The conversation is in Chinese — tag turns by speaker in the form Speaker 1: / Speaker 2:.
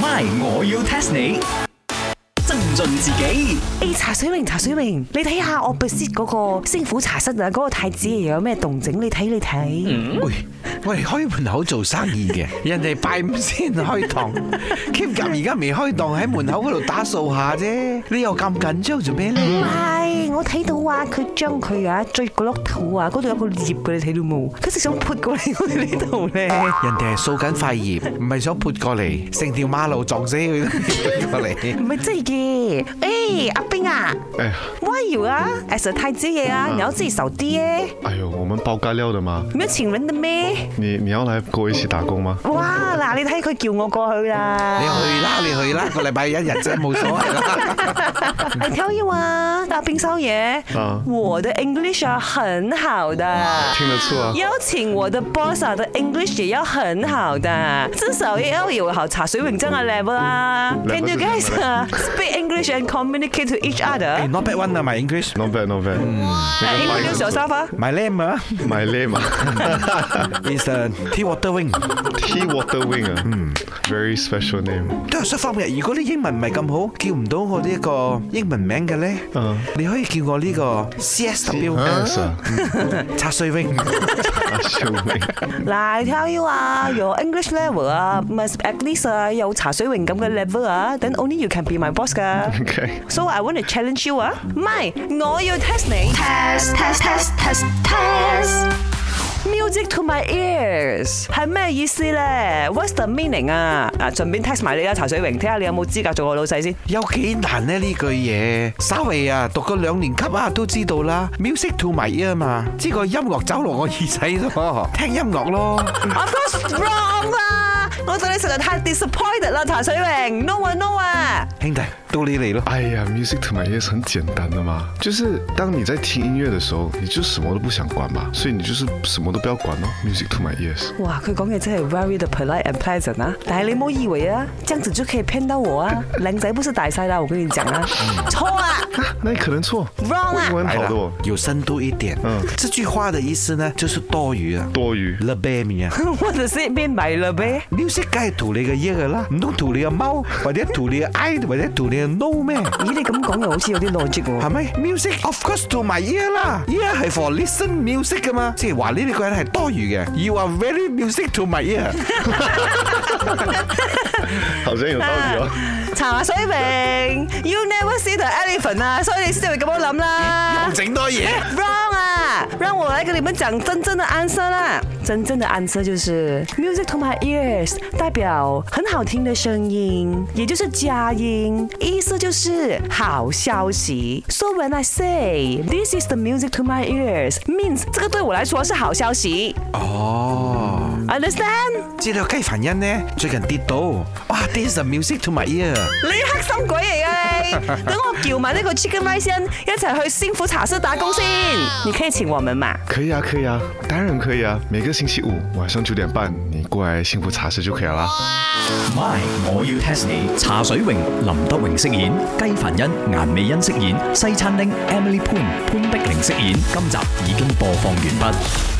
Speaker 1: My，我要 test 你。增進自己，
Speaker 2: 誒哎茶水榮，茶水榮，你睇下我 b e s 嗰個星府茶室啊，嗰、個太子爺有咩動靜？你睇你睇，
Speaker 3: 喂喂，開門口做生意 嘅，人哋拜五先開檔，Kim 夾而家未開檔，喺門口嗰度打掃下啫，你又咁緊張做咩
Speaker 2: 唔
Speaker 3: 咧？
Speaker 2: 係我睇到啊，佢將佢啊最個碌肚啊嗰度有個葉嘅，你睇到冇？佢直想潑過嚟我哋呢度 咧，
Speaker 3: 人哋係掃緊塊葉，唔係想潑過嚟，成條馬路撞死佢 潑過嚟。
Speaker 2: 唔係真嘅。誒阿冰啊
Speaker 4: 哎呀
Speaker 2: ，why you 啊，as a 太子爺啊，
Speaker 3: 嗯
Speaker 2: 你要自己少啲耶，
Speaker 4: 哎呦，我们包干料的嘛，
Speaker 2: 沒有請人的咩？
Speaker 4: 你你要来跟我一起打工吗？
Speaker 2: 哇嗱，你睇佢叫我過去啦。
Speaker 3: 你去啦，你去啦，個禮拜一日啫，冇所 謂啦。
Speaker 2: I tell you 啊，大冰少爺
Speaker 4: 啊，
Speaker 2: 我的 English 啊很好的，
Speaker 4: 听得出啊
Speaker 2: 邀请我的 boss 啊的 English 也要很好的，至少也要有好茶水泳真嘅 level 啦。Can you guys 啊 speak English and communicate to each
Speaker 3: 誒
Speaker 2: other？
Speaker 3: ，not bad one 啊，my English，my
Speaker 4: Not bad, not bad。
Speaker 2: 哎
Speaker 4: 那个
Speaker 2: Introduce yourself 啊
Speaker 3: name 啊
Speaker 4: My name 啊
Speaker 3: ，is uh, the tea water wing。
Speaker 4: ，T Water Wing 啊，嗯，very special name。
Speaker 3: 都係雙方面。如果你英文唔係咁好，叫唔到我呢一個英文名嘅咧
Speaker 4: 嗯，
Speaker 3: 你可以叫我呢個 CSW
Speaker 4: Yes 啊，
Speaker 3: 拆碎泳。
Speaker 4: 阿秀明，
Speaker 2: 嗱，I tell you 啊，your English level 啊，must at least 啊有茶水泳咁嘅 level 啊，then only you can be my boss 噶。
Speaker 4: OK
Speaker 2: So I want to challenge you 啊，唔係，我要 test 你。
Speaker 5: test test test test test
Speaker 2: Music to my ears 係咩意思咧？What's the meaning 啊？啊，順便 test 埋你啦，茶水榮，睇下你有冇資格做我老細先。
Speaker 3: 有幾難呢？呢句嘢，稍微啊讀過兩年級啊都知道啦。Music to my ear 嘛，知個音樂走落我耳仔 咯，聽音樂 咯。
Speaker 2: Of course wrong 啦，我對你實在太 disappointed 啦，茶水榮，no 啊 no 啊。
Speaker 3: 兄弟，到你嚟咯。
Speaker 4: 哎呀，music to my ears 很简单的嘛，就是当你在听音乐的时候，你就什么都不想管嘛，所以你就是什么都不要管哦。Music to my ears。
Speaker 2: 哇，佢講嘢真係 very the polite and pleasant 啊！但係你唔好以為啊，這樣子就可以騙到我啊，靚仔不是大晒啦，我跟你講啊， 錯啊
Speaker 4: 那你可能错
Speaker 2: Wrong 啊
Speaker 4: 我英文
Speaker 3: 來
Speaker 4: 好
Speaker 3: 啦
Speaker 4: 的哦，
Speaker 3: 有深度一点。嗯
Speaker 4: 嗯，
Speaker 3: 这句話的意思呢，就是多餘啊。
Speaker 4: 多余。
Speaker 3: The b a m 啊。
Speaker 2: ，what does it mean by love？eh？
Speaker 3: music 梗係塗你嘅 ear 噶啦，唔通塗你嘅 mouth 或者塗你嘅 eye 或者塗你嘅 no 咩？
Speaker 2: 咦，你咁講又好似有啲 logic 喎。
Speaker 3: 係咪？music of course to my ear 啦，ear 係 for listen music 噶嘛，即係話呢個人係多餘嘅。You are very music to my ear。
Speaker 4: 好像有道理哦。
Speaker 2: 茶啊水明，You never see the elephant 啊，所以你先至會咁樣諗啦。
Speaker 3: 整多嘢。
Speaker 2: Wrong 啊，讓我來跟你們講真正的 answer 啦。真正的 answer 就是 music to my ears，代表很好聽的聲音，也就是佳音，意思就是好消息。So when I say this is the music to my ears，means 這個對我來說是好消息。
Speaker 3: 哦，
Speaker 2: 아. Understand？
Speaker 3: 知道雞凡欣呢最近跌倒，哇！This 아, is the music to my ear。
Speaker 2: 你黑心鬼嚟噶 你！等我叫埋呢個 Chicken Rice 先一齊去仙府茶室打工先。你可以請我們嘛？
Speaker 4: 可以啊，可以啊，当然可以啊。每个星期五晚上九点半，你过来幸福茶室就可以了啦。
Speaker 1: My，我要 test 你。茶水榮、林德榮飾演，雞凡欣、顏美欣飾演，西餐廳 Emily Poon 潘碧玲飾演。今集已經播放完畢。